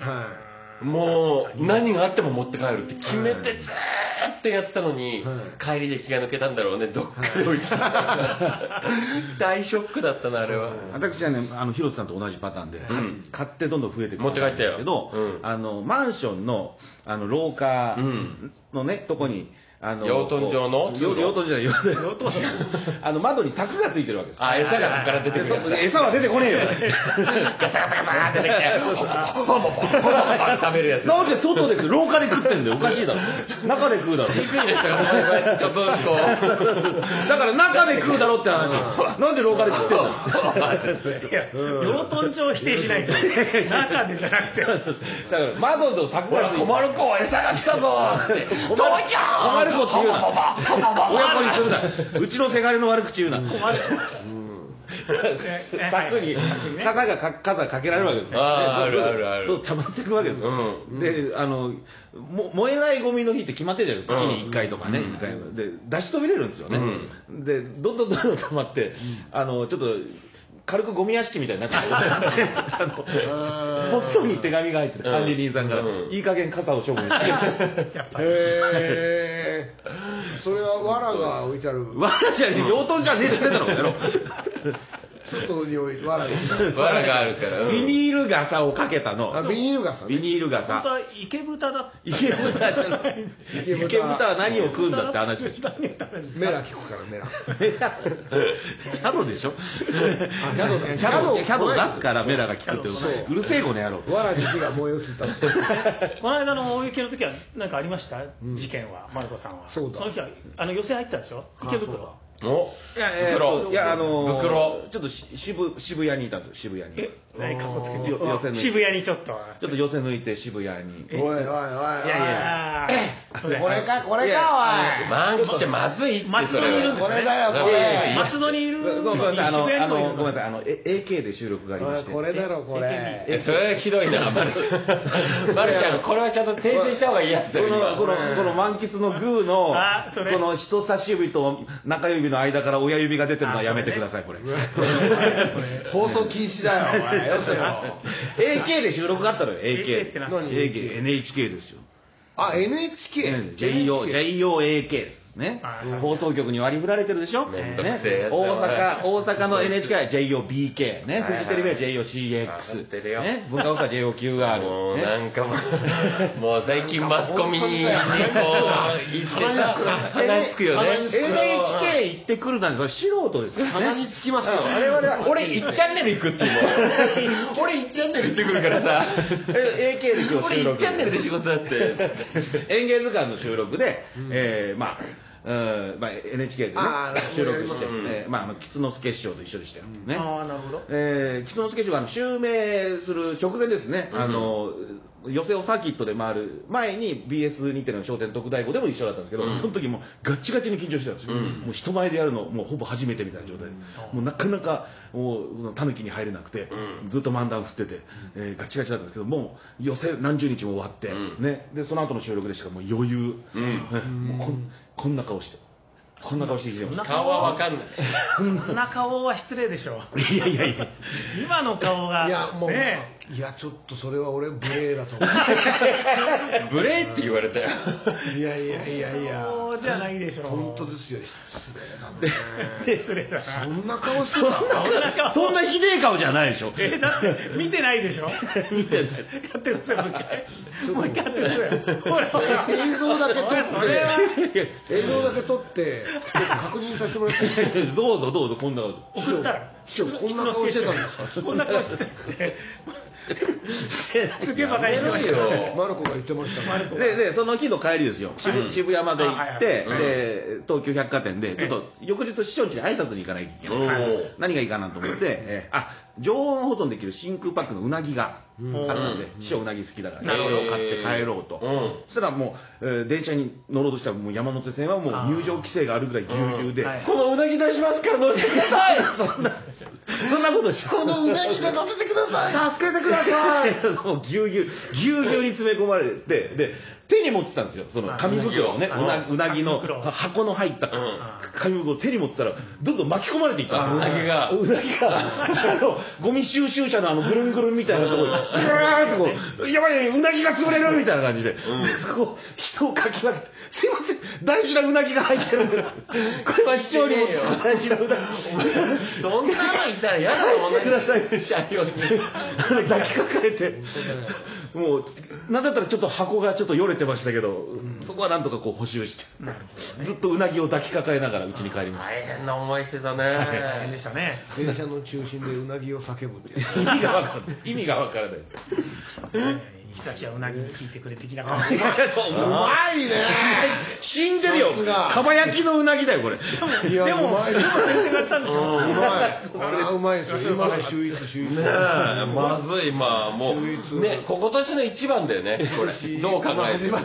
Speaker 1: もう何があっても持って帰るって決めてずーっとやってたのに、帰りで気が抜けたんだろうねどっかで置いてきちゃった大ショックだったなあれは、
Speaker 2: 私はねあの広瀬さんと同じパターンで、買ってどんどん増えてくる
Speaker 1: 持って帰ったよ
Speaker 2: けど、
Speaker 1: うん
Speaker 2: あのマンションのあの廊下のね、とこにあの
Speaker 1: 養豚場
Speaker 2: こ
Speaker 1: の
Speaker 2: う養養豚場じゃない養豚
Speaker 4: 相当
Speaker 2: (laughs) あの窓に柵がついてるわけです
Speaker 1: あ餌がそこから出てくるやつだ
Speaker 2: 餌は出てこ
Speaker 1: (laughs)
Speaker 2: ねえよ
Speaker 1: ガタガタガタって出てきてホホホホホホホホホって食べるやつ
Speaker 2: なんで外で廊下で食ってんだよおかしいだろ中で食うだろ
Speaker 1: 飼育員でしたからちょっとずつこう
Speaker 2: だから中で食うだろって話なんで廊下で食ってんだよ
Speaker 4: いや養豚場を否定しないと中でじゃなくて
Speaker 2: だから窓と柵
Speaker 1: ほら
Speaker 2: がついて
Speaker 1: 困る子餌が来たぞーって父ちゃん
Speaker 2: 困る子って言うな
Speaker 1: ホホホホホホ
Speaker 2: 親子にするなうちのせがれの悪口言うな
Speaker 4: 困る
Speaker 2: (laughs) 柵
Speaker 4: (laughs)
Speaker 2: に傘がか傘がかけられるわけですね
Speaker 1: あーあるあるある
Speaker 2: そう溜まっていくわけです、であのも燃えないゴミの日って決まってるじゃない月に1回とかね、一回で出し飛びれるんですよね、でどんどんどんどん溜まって、あのちょっと軽くゴミ屋敷みたいになっててあのポストに手紙が入ってて管理人さんから、
Speaker 1: うん
Speaker 2: いい加減傘を処分して
Speaker 4: やっぱり
Speaker 3: へえそれは藁が置いてある
Speaker 2: わらじゃねえ養豚じゃねえって言ってんだろやろ
Speaker 3: 外に置いて藁が置いて
Speaker 1: 藁があるから、うん
Speaker 2: ビニール傘をかけた
Speaker 3: あるあ
Speaker 2: の
Speaker 3: ビニール傘
Speaker 2: ビ
Speaker 3: ね
Speaker 2: ニール
Speaker 4: 本当
Speaker 2: 傘
Speaker 4: は池豚だった
Speaker 2: 池豚じゃない池
Speaker 3: 池豚
Speaker 2: 豚は何を食うんだって話でしょ
Speaker 4: 何を食べるんです
Speaker 3: メ
Speaker 4: か
Speaker 3: ラ聞くからメラ
Speaker 2: (laughs) キャドでしょキャド
Speaker 3: ね
Speaker 2: キャドキャド出すからメラが効くってこ
Speaker 4: そ
Speaker 2: とうるせえこの野郎
Speaker 3: 藁に火が燃え移った
Speaker 4: この間の大雪の時は何かありました事件はマルコさんは
Speaker 3: そうだ
Speaker 4: の日はあの寄せ入ったでしょ池
Speaker 3: あそうだ
Speaker 4: 袋
Speaker 1: お
Speaker 2: いや
Speaker 1: えー
Speaker 2: いやあのー
Speaker 1: 袋
Speaker 2: ちょっとし渋渋谷にいたんですよ渋谷に
Speaker 4: え何かっこつけ
Speaker 2: よ寄せ抜い
Speaker 4: て
Speaker 2: て
Speaker 4: 渋谷にちょっと
Speaker 2: ちょっと寄せ抜いて渋谷に
Speaker 3: おいおいおいおい
Speaker 4: あーそれ
Speaker 3: これかこ
Speaker 2: い
Speaker 3: れ
Speaker 2: や
Speaker 3: かおい
Speaker 1: 満喫じゃまずいって
Speaker 4: 松
Speaker 1: それ
Speaker 4: 戸にいるんで
Speaker 1: は
Speaker 3: これだよ
Speaker 1: いや
Speaker 3: こ
Speaker 1: いやい
Speaker 3: れ
Speaker 1: や
Speaker 4: 松戸にいる
Speaker 2: ご
Speaker 4: のに
Speaker 2: めんなさいあの
Speaker 4: 渋谷
Speaker 2: あ
Speaker 4: にもい
Speaker 2: の
Speaker 4: る
Speaker 2: ごめんなさいあのえ AK で収録がありま
Speaker 3: お
Speaker 2: し
Speaker 3: い
Speaker 2: て
Speaker 3: これだろこれ
Speaker 1: いやそれはひどいなマルちゃんマルちゃんこれはちゃんと訂正した方がいいやつだ
Speaker 2: こ
Speaker 1: よ
Speaker 2: のこ
Speaker 1: 今
Speaker 2: のこの満喫のグーの
Speaker 4: あそれ
Speaker 2: この人差し指と中指の間から親指が出てるのはやめてくださいこれ
Speaker 3: 放送禁止だよお前よせよ
Speaker 2: AK で収録があったのよ
Speaker 4: AK
Speaker 2: AK
Speaker 4: ってなんですか
Speaker 2: AK NHK ですよ
Speaker 3: あ NHK
Speaker 2: JO JOAK ね
Speaker 4: あー
Speaker 2: 放送局に割り振られてるでしょ
Speaker 1: め
Speaker 2: ね
Speaker 1: んどくせえや
Speaker 2: 大
Speaker 1: つだ
Speaker 2: 阪大阪の NHK は JOBK ね
Speaker 1: はいはい
Speaker 2: フジテレビは
Speaker 1: わかってるよ
Speaker 2: JOCX ね文化放送は
Speaker 1: も
Speaker 2: JOQR
Speaker 1: う
Speaker 2: ね
Speaker 1: なんかもうもう最近マスコミにこう行ってさ鼻につくよね
Speaker 3: 鼻につく
Speaker 2: NHK 行ってくるなんてそれ素人ですよ
Speaker 3: 鼻
Speaker 2: ね
Speaker 3: につきますよ
Speaker 1: 俺1チャンネル行くって今俺1チャンネル行ってくるからさ
Speaker 2: え AK で今日
Speaker 1: 俺
Speaker 2: 収
Speaker 1: 1
Speaker 2: 録
Speaker 1: チャンネルで仕事だって
Speaker 2: (laughs) 演芸図鑑の収録で、えーまあ、うんまあ、NHK でね
Speaker 3: あー
Speaker 2: 収録して、
Speaker 3: う
Speaker 2: えーまああの、吉之助師匠と一緒でしたよ、ね
Speaker 4: ああなるほど
Speaker 2: えー、吉之助師匠があの襲名する直前ですね、あの寄席をサーキットで回る前に BS 日テレの『笑点特大号』でも一緒だったんですけど、その時もうガッチガチに緊張してたんですよ、もう人前でやるのもうほぼ初めてみたいな状態で、もうなかなかもうタヌキに入れなくて、ずっと漫談振ってて、えーガッチガチだったんですけどもう寄席何十日も終わって、ね、でその後の収録でしたからもう余裕、ねもうこんこんな顔して。こんな顔して生きてま
Speaker 4: そん
Speaker 2: す
Speaker 4: な
Speaker 1: 顔はわかんない
Speaker 4: そんな顔は失礼でしょう。
Speaker 2: いやいやいや
Speaker 4: 今の顔が。
Speaker 3: いやもう、
Speaker 4: ね
Speaker 3: いやちょっとそれは俺無礼だと思う
Speaker 1: 無礼って言われたよ
Speaker 3: いやいやいやいや
Speaker 4: 顔じゃないでしょう。
Speaker 3: 本当ですよ失礼だね
Speaker 4: 失礼だな。
Speaker 3: そんな顔してた
Speaker 4: そんな顔。
Speaker 2: そんなひでえ顔じゃないでしょ
Speaker 4: えだって見てないでしょ見てないやってくださいもう一回もう一回やってくださいほらほら
Speaker 3: 映像だけ撮
Speaker 4: それは
Speaker 3: って映像だけ撮って確認させてもらっていいです
Speaker 2: (laughs)
Speaker 3: か
Speaker 2: どうぞどうぞこんな顔
Speaker 4: 送ったら
Speaker 3: 師匠こんな顔してたんですか
Speaker 4: こんな顔してたんですね (laughs) すげえバカにしてまし
Speaker 1: や
Speaker 4: た
Speaker 1: めろよ
Speaker 3: マルコが言ってましたね
Speaker 2: ででその日の帰りですよ渋,、渋谷まで行って、
Speaker 1: あはいはい
Speaker 2: で東急百貨店でちょっと翌日師匠の家に挨拶に行かないといけない
Speaker 1: お
Speaker 2: 何がいいかなと思って、えーあ常温保存できる真空パックのうなぎがあったんで、師匠うなぎ好きだから、
Speaker 1: なるほど
Speaker 2: それを買って帰ろうと、
Speaker 1: うん
Speaker 2: そしたらもう、えー電車に乗ろうとしたらもう山手線はもう入場規制があるぐらいぎゅうぎゅうで、
Speaker 4: うんはい
Speaker 1: このうなぎ出しますから乗せてください
Speaker 2: そんなことし
Speaker 1: このうなぎで乗せてください
Speaker 3: 助けてください
Speaker 2: (laughs) もうぎゅうぎゅうぎゅうぎゅうに詰め込まれてで手に持ってたんですよその紙袋をねう
Speaker 4: はい
Speaker 2: なうなぎの
Speaker 4: 紙袋
Speaker 2: 箱の入った紙袋を手に持ってたらどんどん巻き込まれていったん
Speaker 1: う
Speaker 2: です
Speaker 1: なぎが
Speaker 2: うなぎがあのゴミ収集車のあのぐるんぐるんみたいなところにぐーってこう「やばいうなぎが潰れる!」みたいな感じで、そこ人をかき分けて「すいません大事なうなぎが入ってるんですこれは師匠にも大事なうなぎ」
Speaker 1: そんなのいたら嫌だもんね車両に
Speaker 2: あの (laughs) 抱きかかえてもうなんだったらちょっと箱がちょっとよれてましたけど、そこはなんとかこう補修して、ずっとうなぎを抱きかかえながらうちに帰りまし
Speaker 1: 大変な思いしてた
Speaker 4: 大変で
Speaker 1: ね
Speaker 4: した (laughs) ね
Speaker 3: 電車の中心でうなぎを叫ぶっていう
Speaker 2: た意味がわからない意味がわからない
Speaker 4: 木崎はうなぎに聞いてくれ的な感じ
Speaker 3: うまいね
Speaker 2: 死んでるよ
Speaker 3: さすが
Speaker 2: かば焼きのうなぎだよこれ
Speaker 3: い
Speaker 4: でも
Speaker 3: や
Speaker 4: で
Speaker 3: う
Speaker 4: も
Speaker 3: まい
Speaker 4: 先生がやったんでし
Speaker 3: う
Speaker 4: ょ
Speaker 3: まいあれはうまいですよ今の秀逸秀逸
Speaker 1: まずいまあもうねこ今年の一番だよねこれどう考えても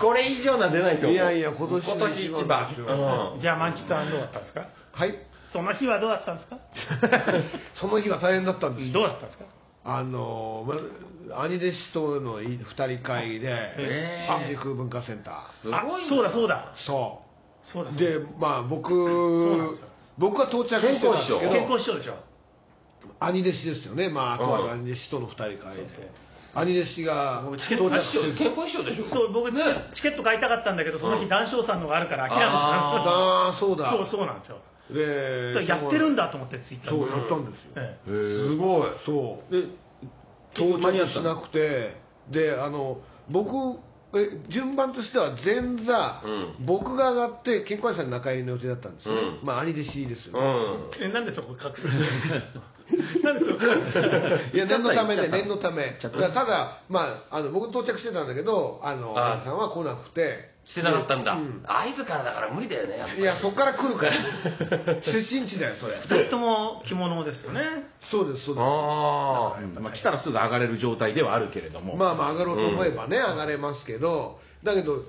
Speaker 1: これ以上なん出ないと思う
Speaker 3: いやいや今年
Speaker 1: 今年一番
Speaker 3: ですよ
Speaker 1: うん
Speaker 4: じゃあ万吉さんはどうだったんですか
Speaker 3: はい
Speaker 4: その日はどうだったんですか
Speaker 3: その日が大変だったんです
Speaker 4: どうだったんですか
Speaker 3: あのま兄弟子とのい二人会で
Speaker 1: えー
Speaker 3: 新宿文化センター
Speaker 1: すごい
Speaker 4: あそうだそうだ
Speaker 3: そ
Speaker 4: そうだ
Speaker 3: う
Speaker 4: そう
Speaker 3: で
Speaker 4: だ
Speaker 3: まあ僕
Speaker 4: うなんですよ
Speaker 3: 僕は到着してたんですけ
Speaker 1: 健
Speaker 4: 健
Speaker 3: ど
Speaker 4: 康師匠でしょ
Speaker 3: 兄弟子ですよねまああと
Speaker 1: うん
Speaker 3: は兄弟子との二人会で兄弟子が
Speaker 4: チケット
Speaker 3: 到着
Speaker 4: 貸
Speaker 3: してる
Speaker 1: 健康師匠でしょ
Speaker 4: そう僕チケチケット買いたかったんだけどその日談笑さんのがあるから諦めてた
Speaker 3: ああそうだ
Speaker 4: そうそうなんですよ
Speaker 3: で
Speaker 4: だからやってるんだと思ってツイッタ
Speaker 3: そ
Speaker 4: ー
Speaker 3: うやったんですよ
Speaker 4: ええ
Speaker 3: すごいそう
Speaker 2: で
Speaker 3: 到
Speaker 2: 間に合
Speaker 3: 着
Speaker 2: っ
Speaker 3: したなくてであの僕え順番としては前座、僕が上がって健康院さんの中入りの予定だったんですよね、まあ兄弟子ですよ、
Speaker 1: う
Speaker 3: ね
Speaker 1: ん
Speaker 4: えなんでそこ隠すのなんでそこ隠すの
Speaker 3: いや念のた
Speaker 2: 行っ
Speaker 3: めで
Speaker 2: ちゃった
Speaker 3: 念のためだからただ、まあ、あの僕到着してたんだけどあの
Speaker 1: ああ
Speaker 3: 兄さんは来なくて
Speaker 1: してなかったんだ
Speaker 3: うん
Speaker 1: 合図からだから無理だよねやっぱ
Speaker 3: いやそこから来るから
Speaker 2: (laughs)
Speaker 3: 出身地だよそれ
Speaker 4: 二人とも着物ですよね
Speaker 3: そうですそうです
Speaker 1: あ
Speaker 2: うんまあ、来たらすぐ上がれる状態ではあるけれども、
Speaker 3: まあまあ上がろうと思えばね、上がれますけどだけど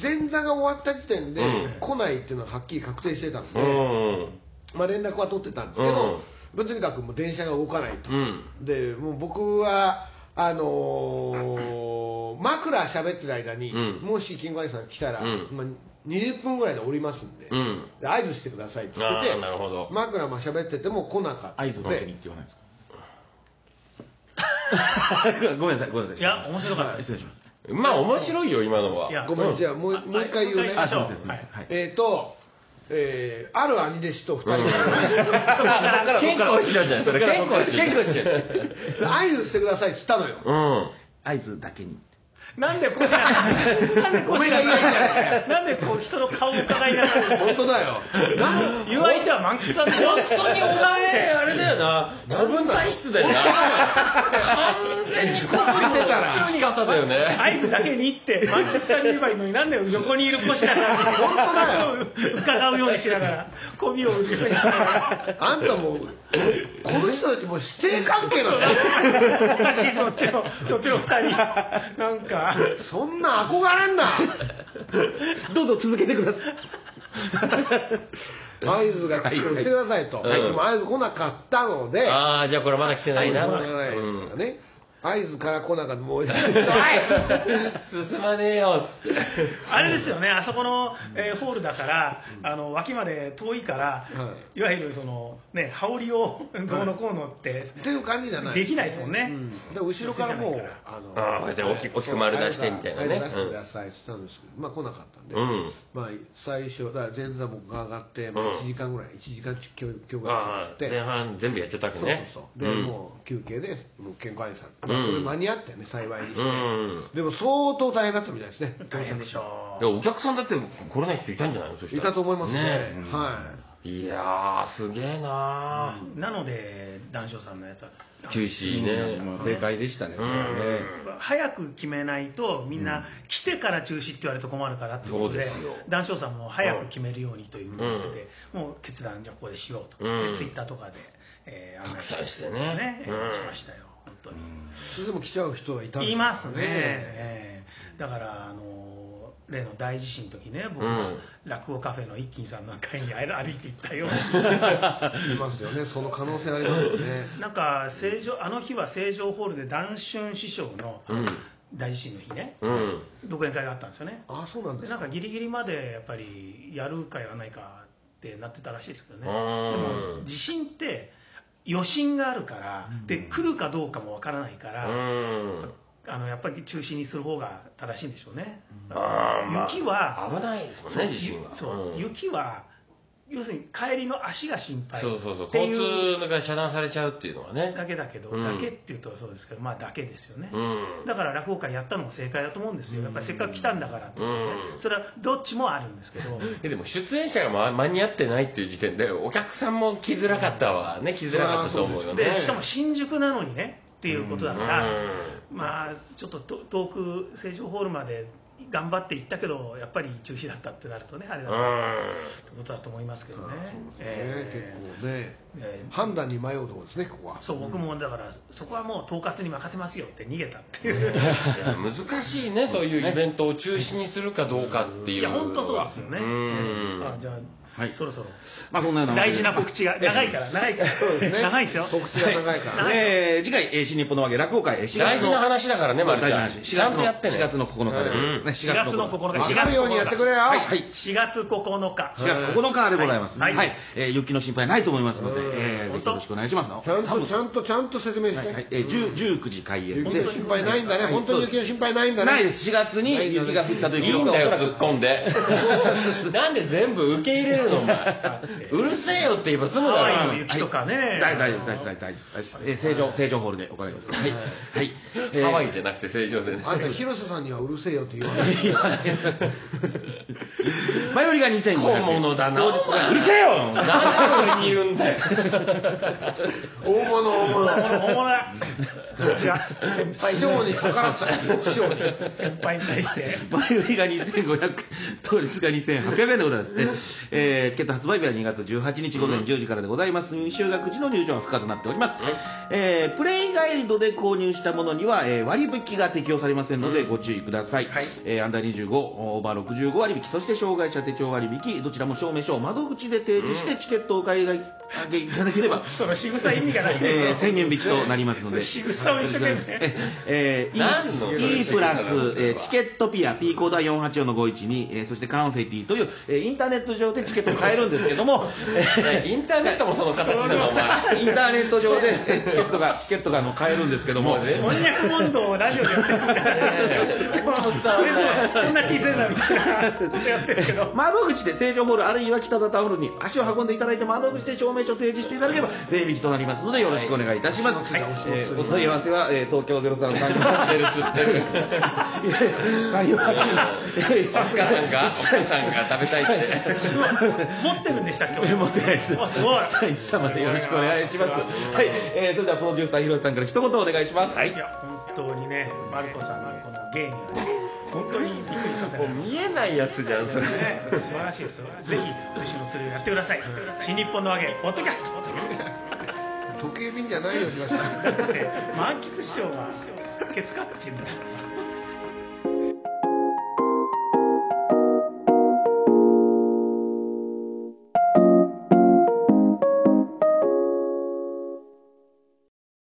Speaker 3: 前座が終わった時点で来ないっていうのははっきり確定してたので、
Speaker 1: あうん
Speaker 3: まあ、連絡は取ってたんですけど、まあとにかくもう電車が動かないと、
Speaker 1: うん
Speaker 3: でもう僕はあのー、枕喋ってる間に、
Speaker 1: うん
Speaker 3: もし金庫兄さん来たら、
Speaker 1: う
Speaker 3: まあ、20分ぐらいで降りますんで,、
Speaker 1: うん
Speaker 3: で合図してくださいって言っ
Speaker 1: あ
Speaker 3: て
Speaker 1: ーなるほど
Speaker 3: て枕も喋ってても来なかった
Speaker 2: 合図の時にっ
Speaker 3: で
Speaker 2: て言わないですか (laughs) ごめんなさいごめんなさい
Speaker 4: いや面白かったです
Speaker 2: 失礼します
Speaker 1: まあ面白いよ今のはい
Speaker 4: や
Speaker 3: ごめ
Speaker 4: そ
Speaker 3: んじゃあもう
Speaker 4: あ
Speaker 3: もう一回言うね
Speaker 4: あ
Speaker 2: あすいませんすいません、はい
Speaker 3: えーと、えーある兄弟子と二人が、
Speaker 1: 健康師匠じゃないそれ健康師匠健康師匠
Speaker 3: 合図してくださいって言ったのよ
Speaker 1: うん
Speaker 2: 合図だけに
Speaker 4: なんでこうしななんでこうしななんでこう人の顔を伺いながら
Speaker 3: 本当だよ
Speaker 4: 言う相手は満喫さんでしょ
Speaker 1: 本当にお前あれだよな古文体質だよな完全に古文出たら生き方だよね (laughs)
Speaker 4: 合図だけにって満喫さんに言えばいいのになんで横にいる子しながら伺うようにしながら媚びを売るようにしながら
Speaker 3: あんたもうこの人たちもう師弟関係なのよ
Speaker 4: おかしいそっちのそっちの二人
Speaker 1: (laughs)
Speaker 4: なんか
Speaker 3: そんな憧れんな
Speaker 2: どうぞ続けてくださ (laughs) い
Speaker 3: 合図が来るしてくださいと、
Speaker 1: はい
Speaker 3: でも合図来なかったので
Speaker 1: ああじゃあこれまだ来てないな
Speaker 3: 合図来ないですからね、合図から来なかったもう
Speaker 1: 進まねえよっつって
Speaker 4: あれですよね、あそこの、えーホールだから、あの脇まで遠いから、、
Speaker 3: はい
Speaker 4: わゆるその、ね、羽織をどうのこうのって、
Speaker 3: っていう感じじゃない
Speaker 4: できないですもんね
Speaker 3: うんで後ろからもうあの
Speaker 1: あーで大きく大きく丸出してみたいな
Speaker 3: あ
Speaker 1: ね
Speaker 3: れ出してくださいって言ったんですけど、まあ来なかったんで、
Speaker 1: うん
Speaker 3: まあ最初だから前座僕が上がってまあ
Speaker 1: うん
Speaker 3: 1時間ぐらい1時間強強が
Speaker 1: あ
Speaker 3: っ
Speaker 1: あ
Speaker 3: て
Speaker 1: 前半全部やっちゃったわけ
Speaker 3: そう
Speaker 1: ね
Speaker 3: そうそうで、
Speaker 1: ん
Speaker 3: もう休憩でもう健康会員さん、
Speaker 1: うん
Speaker 3: それ間に合ったよね幸いにして、
Speaker 1: うん
Speaker 3: でも相当大変だったみたいですね
Speaker 4: 大変でしょ
Speaker 1: でお客さんだって来れない人いたんじゃないのそした
Speaker 3: い
Speaker 1: ら
Speaker 3: たと思いますね
Speaker 1: ね
Speaker 3: はい
Speaker 1: いやーすげえなー、
Speaker 4: う。なので、談笑さんのやつは、
Speaker 1: 中止ね、
Speaker 2: まあ正解でしたね、それはね
Speaker 4: 早く決めないと、みんな来てから中止って言われると困るからってこと
Speaker 1: そう
Speaker 4: で
Speaker 1: ですよ、
Speaker 4: 談笑さんも早く決めるようにということで、もう決断、じゃあここでしようと、
Speaker 1: うん
Speaker 4: でツイッターとかで、えー、案内
Speaker 1: 拡散してね
Speaker 4: えーしましたよ、本当に。
Speaker 3: それでも来ちゃう人はいたんです
Speaker 4: い
Speaker 3: よ
Speaker 4: ますね、ええだからあの例の大地震の時ね僕は
Speaker 1: うん
Speaker 4: 落語カフェの一輝さんの会に歩いて行ったよ
Speaker 3: い (laughs) ますよねその可能性ありますよね
Speaker 4: なんか正常あの日は成城ホールで談春師匠の
Speaker 1: うん
Speaker 4: 大地震の日ね
Speaker 1: うん
Speaker 4: 独演会があったんですよね
Speaker 3: あそうなんで
Speaker 4: ですなん
Speaker 3: か
Speaker 4: かギリギリまでやっぱりやるかやらないかってなってたらしいですけどね
Speaker 1: あ
Speaker 4: で
Speaker 1: ー
Speaker 4: も地震って余震があるからで来るかどうかもわからないから、
Speaker 1: うん
Speaker 4: あのやっぱり中止にする方が正しいんでしょうね、
Speaker 1: あーまあ
Speaker 4: 雪は
Speaker 1: 危ないですもんね地震は
Speaker 4: そう、
Speaker 1: ん
Speaker 4: 雪は要するに帰りの足が心配
Speaker 1: そうそうそう
Speaker 4: っていう
Speaker 1: 交通が遮断されちゃうっていうのはね
Speaker 4: だけだけど、
Speaker 1: うん
Speaker 4: だけっていうとそうですけどまあだけですよね、
Speaker 1: うん
Speaker 4: だから落語会やったのも正解だと思うんですよやっぱりせっかく来たんだからってことね、
Speaker 1: うん
Speaker 4: それはどっちもあるんですけど
Speaker 1: えでも出演者がま間に合ってないっていう時点でお客さんも来づらかったわね来づらかったと思うよね
Speaker 4: でしかも新宿なのにねっていうことだから、
Speaker 1: う
Speaker 4: まあちょっとと遠く成城ホールまで頑張って行ったけどやっぱり中止だったってなるとねあれだ
Speaker 1: う
Speaker 4: っ
Speaker 1: ん
Speaker 4: てことだと思いますけどね、
Speaker 3: ね
Speaker 4: えー
Speaker 3: 結構ね
Speaker 4: えー
Speaker 3: 判断に迷うところですねここは
Speaker 4: そう僕もだからそこはもう統括に任せますよって逃げたっていう、
Speaker 1: いや難しいね (laughs) そういうイベントを中止にするかどうかってい
Speaker 4: (laughs)
Speaker 1: う
Speaker 4: いや本当そうですよね、
Speaker 1: うん
Speaker 4: あじゃあ、
Speaker 2: はい
Speaker 4: そろそろ
Speaker 2: まあそんなよう
Speaker 4: 大事な告知が長いから長いから
Speaker 3: そうですね
Speaker 4: 長いですよ
Speaker 3: 告知が長いからね
Speaker 2: えー次回、えー新日本のわけ落語会、えー4月の
Speaker 1: 大事な話だからねま
Speaker 2: 大
Speaker 1: る
Speaker 2: 事な
Speaker 1: ちゃん
Speaker 2: 話
Speaker 1: ちゃんとやってね
Speaker 2: 4月の9日でございますね、
Speaker 4: 4月の9日
Speaker 3: 分かるようにやってくれよ
Speaker 2: はい、はい
Speaker 4: 4月9日
Speaker 2: 4月9日でございますね。
Speaker 4: は
Speaker 2: はいい。
Speaker 4: はい
Speaker 2: えー雪の心配ないと思いますので、
Speaker 3: う
Speaker 2: えー
Speaker 3: ん
Speaker 2: ぜひよろしくお願いします。
Speaker 3: ちゃんとちゃんとちゃんと説明し
Speaker 2: はいはい
Speaker 3: て
Speaker 2: えー10 19時開演
Speaker 3: 雪
Speaker 2: で
Speaker 3: の。心配ないんだね
Speaker 2: はい
Speaker 3: 本当に雪の心配ないんだね
Speaker 2: ないです。4月に雪が降った時
Speaker 1: いいんだよ突っ込んで (laughs) なんで全部受け入れるのお前 (laughs) うるせえよって言えば済む
Speaker 4: ハ
Speaker 1: だ
Speaker 4: ワイ
Speaker 1: ろ
Speaker 4: の雪とかね、
Speaker 2: 大丈夫大丈夫大丈夫大丈夫大丈夫。えー正常正常ホールで行います。はいはい。えー
Speaker 1: ハワイじゃなくて正常でね
Speaker 3: あんた広瀬さんにはうるせえよって言わない
Speaker 2: (laughs) 前よりが2500円。
Speaker 1: 小物だな
Speaker 2: 当日がうるせえよ。
Speaker 1: なんで俺に言う
Speaker 2: (laughs)
Speaker 1: んだよ
Speaker 3: 大物大物
Speaker 4: 本物本物だいや先輩
Speaker 3: 師匠に逆らったよ師匠に
Speaker 4: 先輩に対して
Speaker 2: 前よりが2500円、当日が2800円でございます。えー、チケット発売日は2月18日午前10時からでございます。未就学時の入場は不可となっております。えー、プレイガイドで購入したものには、えー割引が適用されませんので、ご注意ください。
Speaker 4: はい
Speaker 2: えー、アンダー25、オーバー65割引、そして障害者手帳割引、どちらも証明書を窓口で提示して、チケットをお買い上げいただければ、
Speaker 4: (laughs) その仕草意味がない
Speaker 2: えー、
Speaker 4: でしょ、
Speaker 2: 1000円引きとなりますので。
Speaker 4: 仕草を一生懸命
Speaker 2: えー、
Speaker 1: 何の
Speaker 2: E,
Speaker 1: 話
Speaker 2: E プラス、え
Speaker 1: それ
Speaker 2: ー
Speaker 1: は
Speaker 2: チケットピア P コーダー484の512、えーそしてカンフェティという、えーインターネット上でチケットを買えるんですけど (laughs) も、え
Speaker 1: インターネットもその形なのお前
Speaker 2: ーインターネット上でえー (laughs) チケットがチケットがあの買えるんですけども
Speaker 1: もう全
Speaker 4: こんにゃく問答をラジオでやってるみたいな、もうこんな小さいなみたいなことやってるけど、
Speaker 2: (laughs) 窓口で成城ホールあるいは北里ホールに足を運んでいただいて窓口で証明書を提示していただければ税引きとなりますのでよろしくお願いいたします、
Speaker 3: はい
Speaker 2: えーお問い合わせは、えー東京03 (laughs) 3
Speaker 1: さすがさんがさんが食べたいって
Speaker 4: 持ってるんでしたっけ、
Speaker 2: 持ってないです。
Speaker 4: あすごい
Speaker 2: はい、さんまでよろしくお願いします。はい、えー、それではプロデューサーひろゆきさんから一言お願いします。
Speaker 4: はい、いや本当にね、マルコさん、マルコの芸にはね、本当にびっくりさせない。
Speaker 1: 見えないやつじゃんそれ
Speaker 4: ね、素晴らしいですよ。ぜひ、牛の釣りをやってください。新日本のわけ、ポッドキャスト。
Speaker 3: 時計便じゃないよしまし
Speaker 4: だって、満喫師匠は、ケツカッチンだ。